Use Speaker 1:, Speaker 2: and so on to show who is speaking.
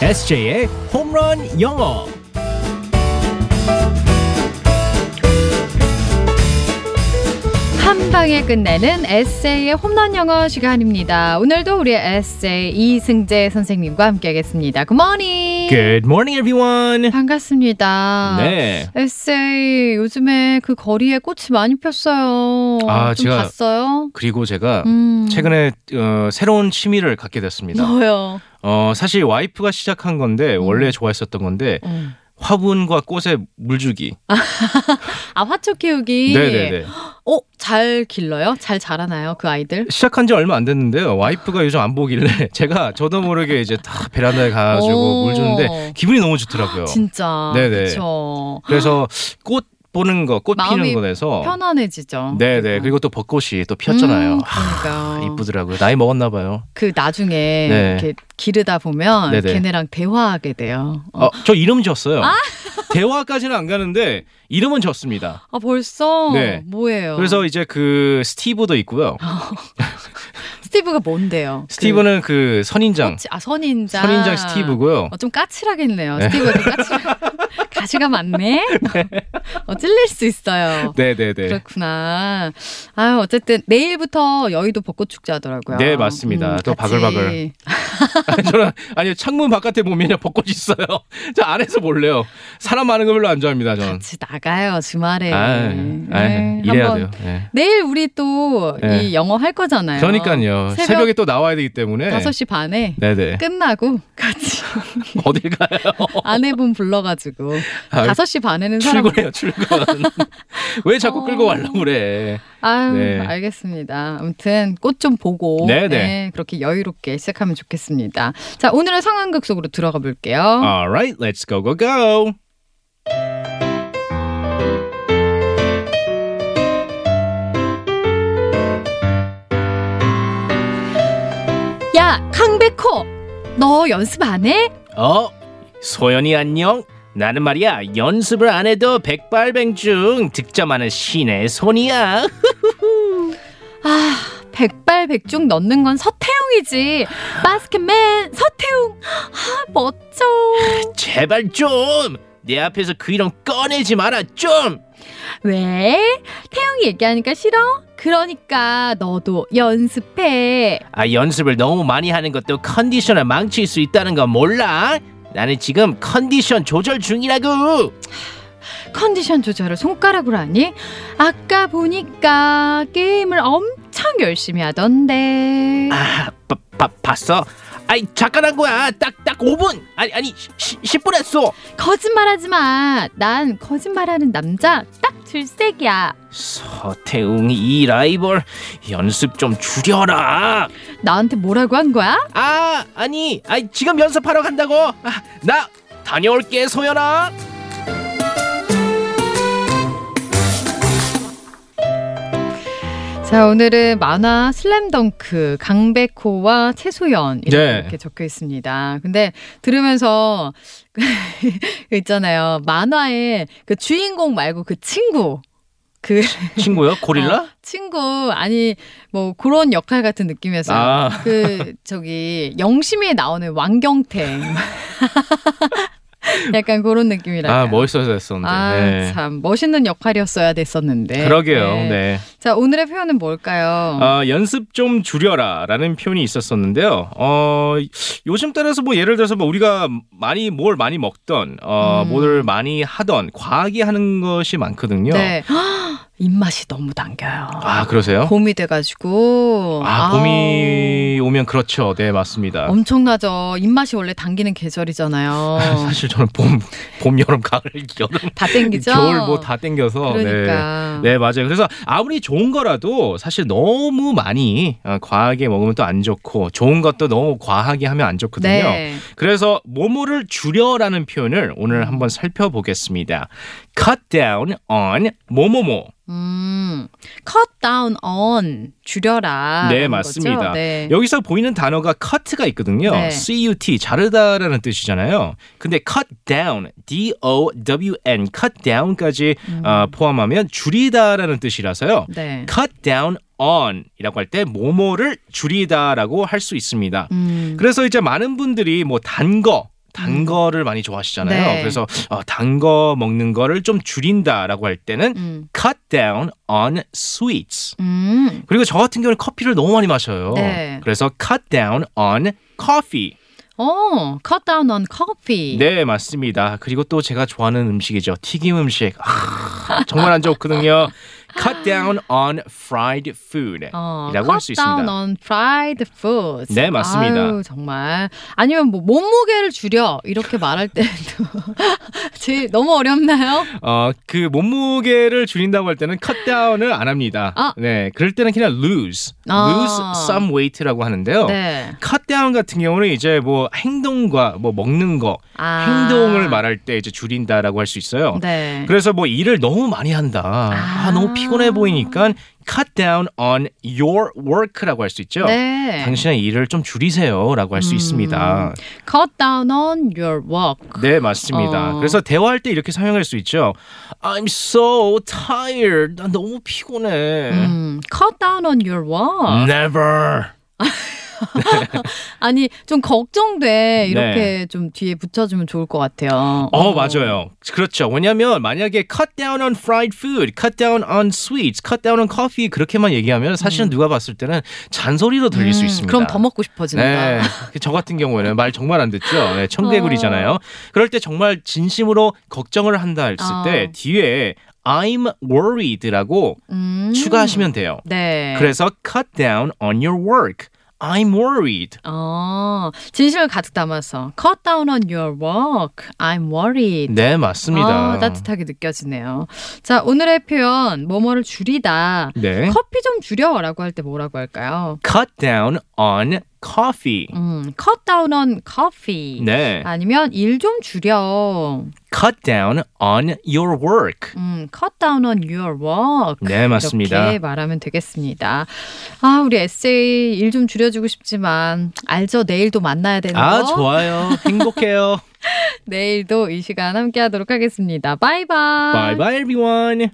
Speaker 1: SJ의 홈런 영어.
Speaker 2: 한 방에 끝내는 에세이의 홈런 영어 시간입니다. 오늘도 우리 에세이 이승재 선생님과 함께하겠습니다. 굿모닝.
Speaker 1: Good morning, everyone.
Speaker 2: 반갑습니다.
Speaker 1: 네.
Speaker 2: 에세이 요즘에 그 거리에 꽃이 많이 폈어요.
Speaker 3: 아,
Speaker 2: 좀
Speaker 3: 제가
Speaker 2: 봤어요?
Speaker 3: 그리고 제가
Speaker 2: 음.
Speaker 3: 최근에 어, 새로운 취미를 갖게 됐습니다.
Speaker 2: 뭐요?
Speaker 3: 어, 사실 와이프가 시작한 건데
Speaker 2: 음.
Speaker 3: 원래 좋아했었던 건데
Speaker 2: 음.
Speaker 3: 화분과 꽃에 물주기.
Speaker 2: 아 화초 키우기.
Speaker 3: 네네네.
Speaker 2: 어, 잘 길러요? 잘 자라나요 그 아이들?
Speaker 3: 시작한 지 얼마 안 됐는데요. 와이프가 요즘 안 보길래 제가 저도 모르게 이제 다 베란다에 가가지고
Speaker 2: 오.
Speaker 3: 물 주는데 기분이 너무 좋더라고요.
Speaker 2: 진짜.
Speaker 3: 네네.
Speaker 2: 그쵸.
Speaker 3: 그래서 꽃 보는 거, 꽃
Speaker 2: 마음이
Speaker 3: 피는 거에서
Speaker 2: 편안해지죠.
Speaker 3: 어. 네네. 그리고 또 벚꽃이 또 피었잖아요.
Speaker 2: 음,
Speaker 3: 아,
Speaker 2: 그러니까.
Speaker 3: 이쁘더라고요. 나이 먹었나 봐요.
Speaker 2: 그 나중에
Speaker 3: 네.
Speaker 2: 이렇게 기르다 보면
Speaker 3: 네네.
Speaker 2: 걔네랑 대화하게 돼요. 어.
Speaker 3: 어, 저 이름 지었어요.
Speaker 2: 아.
Speaker 3: 대화까지는 안 가는데 이름은 지었습니다.
Speaker 2: 아 벌써
Speaker 3: 네.
Speaker 2: 뭐예요?
Speaker 3: 그래서 이제 그 스티브도 있고요.
Speaker 2: 아, 스티브가 뭔데요?
Speaker 3: 스티브는 그
Speaker 2: 그
Speaker 3: 선인장,
Speaker 2: 꽃이- 아 선인장
Speaker 3: 선인장 스티브고요.
Speaker 2: 어, 좀 까칠하겠네요.
Speaker 3: 네.
Speaker 2: 스티브가 좀 까칠. 가시가 많네. 어, 찔릴 수 있어요.
Speaker 3: 네네네.
Speaker 2: 그렇구나. 아 어쨌든 내일부터 여의도 벚꽃 축제 하더라고요. 음,
Speaker 3: 네, 맞습니다. 또
Speaker 2: 같이.
Speaker 3: 바글바글. 아니, 저는 아니 창문 바깥에 보면 벚꽃 이 있어요. 저 안에서 볼래요. 사람 많은 거 별로 안 좋아합니다. 저는.
Speaker 2: 같이 나가요 주말에.
Speaker 3: 아, 아,
Speaker 2: 네,
Speaker 3: 이래야 돼요.
Speaker 2: 한번
Speaker 3: 네.
Speaker 2: 내일 우리 또 이
Speaker 3: 네.
Speaker 2: 영어 할 거잖아요.
Speaker 3: 그러니까요.
Speaker 2: 새벽-
Speaker 3: 새벽... 에또 나와야 되기 때문에.
Speaker 2: 5시 반에
Speaker 3: 네. 네네.
Speaker 2: 끝나고 같이
Speaker 3: 어딜 가요?
Speaker 2: 아내분 불러가지고
Speaker 3: 아,
Speaker 2: 5시 반에는 사람
Speaker 3: 출근해요. 출근. 왜 자꾸 끌고
Speaker 2: 어.
Speaker 3: 가려고 그래?
Speaker 2: 아유
Speaker 3: 네.
Speaker 2: 알겠습니다. 아무튼 꽃 좀 보고
Speaker 3: 네네.
Speaker 2: 네, 그렇게 여유롭게 시작하면 좋겠습니다. 자 오늘의 상황극 속으로 들어가 볼게요.
Speaker 3: Alright, let's go go go.
Speaker 2: 야 강백호 너 연습 안 해?
Speaker 3: 어? 소연이 안녕? 나는 말이야 연습을 안 해도 백발백중 득점하는 신의 손이야
Speaker 2: 아 백발백중 넣는 건 서태웅이지. 바스켓맨 서태웅 아 멋져.
Speaker 3: 제발 좀 내 앞에서 그 이름 꺼내지 마라 좀
Speaker 2: 왜? 태웅이 얘기하니까 싫어? 그러니까 너도 연습해.
Speaker 3: 아, 연습을 너무 많이 하는 것도 컨디션을 망칠 수 있다는 거 몰라? 나는 지금 컨디션 조절 중이라고
Speaker 2: 컨디션 조절을 손가락으로 하니? 아까 보니까 게임을 엄청 열심히 하던데.
Speaker 3: 아, 바, 바, 봤어? 아이 잠깐 한 거야 딱 딱 5분 아니 아니 10분 했어
Speaker 2: 거짓말하지 마. 난 거짓말하는 남자 딱 질색이야.
Speaker 3: 서태웅 이 라이벌 연습 좀 줄여라
Speaker 2: 나한테 뭐라고 한 거야?
Speaker 3: 아 아니 아 지금 연습하러 간다고 아, 나 다녀올게 소연아
Speaker 2: 자, 오늘은 만화 슬램덩크 강백호와 최소연 이렇게,
Speaker 3: 네.
Speaker 2: 이렇게 적혀 있습니다. 근데 들으면서 그 있잖아요. 만화의 그 주인공 말고 그 친구 그
Speaker 3: 친구요
Speaker 2: 고릴라? 친구 아니 뭐 그런 역할 같은 느낌이었어요.
Speaker 3: 아
Speaker 2: 그 저기 영심이에 나오는 왕경태 약간 그런 느낌이라.
Speaker 3: 아, 멋있어서 했었는데 네.
Speaker 2: 참 멋있는 역할이었어야 됐었는데.
Speaker 3: 그러게요
Speaker 2: 네. 어.
Speaker 3: 네
Speaker 2: 자 오늘의 표현은 뭘까요?
Speaker 3: 아, 연습 좀 줄여라라는 표현이 있었었는데요 어 요즘 따라서 뭐 예를 들어서 뭐 우리가 많이 뭘 많이 먹던 어
Speaker 2: 음.
Speaker 3: 뭘 많이 하던 과하게 하는 것이 많거든요
Speaker 2: 네. 입맛이 너무 당겨요.
Speaker 3: 아 그러세요
Speaker 2: 봄이 돼가지고.
Speaker 3: 아
Speaker 2: 아우, 어.
Speaker 3: 봄이 오면 그렇죠 네 맞습니다
Speaker 2: 엄청나죠. 입맛이 원래 당기는 계절이잖아요.
Speaker 3: 사실 저는 봄, 봄, 여름, 가을, 여름,
Speaker 2: 다 땡기죠.
Speaker 3: 겨울 뭐 다 땡겨서 네.
Speaker 2: 그러니까.
Speaker 3: 네 맞아요. 그래서 아무리 좋은 거라도 사실 너무 많이 어, 과하게 먹으면 또 안 좋고 좋은 것도 너무 과하게 하면 안 좋거든요.
Speaker 2: 네.
Speaker 3: 그래서 뭐뭐를 줄여라는 표현을 오늘 한번 살펴보겠습니다. Cut down on 뭐뭐뭐.
Speaker 2: 음, cut down on 줄여라.
Speaker 3: 네,
Speaker 2: 라는
Speaker 3: 맞습니다.
Speaker 2: 거죠? 네.
Speaker 3: 여기서 보이는 단어가 cut가 있거든요.
Speaker 2: 네.
Speaker 3: cut 자르다라는 뜻이잖아요. 근데 cut down, d o w n, cut down까지
Speaker 2: 음.
Speaker 3: 아, 포함하면 줄이다라는 뜻이라서요.
Speaker 2: 네.
Speaker 3: cut down on이라고 할 때 뭐뭐를 줄이다라고 할 수 있습니다.
Speaker 2: 음.
Speaker 3: 그래서 이제 많은 분들이 뭐 단 거, 단 거를 많이 좋아하시잖아요.
Speaker 2: 네.
Speaker 3: 그래서 어, 단거 먹는 거를 좀 줄인다라고 할 때는
Speaker 2: 음.
Speaker 3: cut down on sweets.
Speaker 2: 음.
Speaker 3: 그리고 저 같은 경우는 커피를 너무 많이 마셔요.
Speaker 2: 네.
Speaker 3: 그래서 cut down on coffee.
Speaker 2: 어, cut down on coffee.
Speaker 3: 네, 맞습니다. 그리고 또 제가 좋아하는 음식이죠. 튀김 음식. 아, 정말 안 좋거든요. cut down on fried food.
Speaker 2: 어,
Speaker 3: 이라고 할수
Speaker 2: cut down
Speaker 3: 있습니다.
Speaker 2: on fried foods.
Speaker 3: 네, 맞습니다.
Speaker 2: 아유, 정말. 아니면 뭐 몸무게를 줄여 이렇게 말할 때도 제일 너무 어렵나요?
Speaker 3: 어, 그 몸무게를 줄인다고 할 때는 cut down을 안 합니다.
Speaker 2: 아.
Speaker 3: 네, 그럴 때는 그냥 lose.
Speaker 2: 아.
Speaker 3: lose some weight라고 하는데요.
Speaker 2: 네.
Speaker 3: cut down 같은 경우는 이제 뭐 행동과 뭐 먹는 거,
Speaker 2: 아.
Speaker 3: 행동을 말할 때 이제 줄인다라고 할 수 있어요.
Speaker 2: 네.
Speaker 3: 그래서 뭐 일을 너무 많이 한다. 아,
Speaker 2: 아.
Speaker 3: 너무 피곤해 보이니까 cut down on your work라고 할 수 있죠.
Speaker 2: 네.
Speaker 3: 당신의 일을 좀 줄이세요라고 할 수
Speaker 2: 음.
Speaker 3: 있습니다.
Speaker 2: cut down on your work.
Speaker 3: 네, 맞습니다.
Speaker 2: 어.
Speaker 3: 그래서 대화할 때 이렇게 사용할 수 있죠. I'm so tired. 나 너무 피곤해.
Speaker 2: 음, cut down on your work.
Speaker 3: Never.
Speaker 2: 아니 좀 걱정돼 이렇게 좀 뒤에 붙여주면 좋을 것 같아요.
Speaker 3: 네. 어, 맞아요. 그렇죠. 왜냐면 만약에 cut down on fried food, cut down on sweets, cut down on coffee 그렇게만 얘기하면 사실은 누가 봤을 때는 잔소리로 들릴 수
Speaker 2: 음,
Speaker 3: 있습니다.
Speaker 2: 그럼 더 먹고 싶어진다.
Speaker 3: 네. 저 같은 경우에는 말 정말 안 듣죠. 네, 청개구리잖아요. 그럴 때 정말 진심으로 걱정을 한다 했을 때
Speaker 2: 어. 어.
Speaker 3: 뒤에 I'm worried라고
Speaker 2: 음.
Speaker 3: 추가하시면 돼요.
Speaker 2: 네.
Speaker 3: 그래서 cut down on your work. I'm worried.
Speaker 2: 어, 진심을 가득 담아서 cut down on your work. I'm worried.
Speaker 3: 네, 맞습니다.
Speaker 2: 아, 따뜻하게 느껴지네요. 자, 오늘의 표현 뭐뭐를 줄이다.
Speaker 3: 네.
Speaker 2: 커피 좀 줄여라고 할 때 뭐라고 할까요?
Speaker 3: cut down on coffee.
Speaker 2: 음, cut down on coffee.
Speaker 3: 네.
Speaker 2: 아니면 일 좀 줄여.
Speaker 3: cut down on your work.
Speaker 2: 음, cut down on your work.
Speaker 3: 네, 맞습니다.
Speaker 2: 이렇게 말하면 되겠습니다. 아, 우리 에세이 일 좀 줄여주고 싶지만 알죠? 내일도 만나야 되는 거.
Speaker 3: 아, 좋아요. 행복해요.
Speaker 2: 내일도 이 시간 함께하도록 하겠습니다. 바이바이.
Speaker 3: bye bye everyone.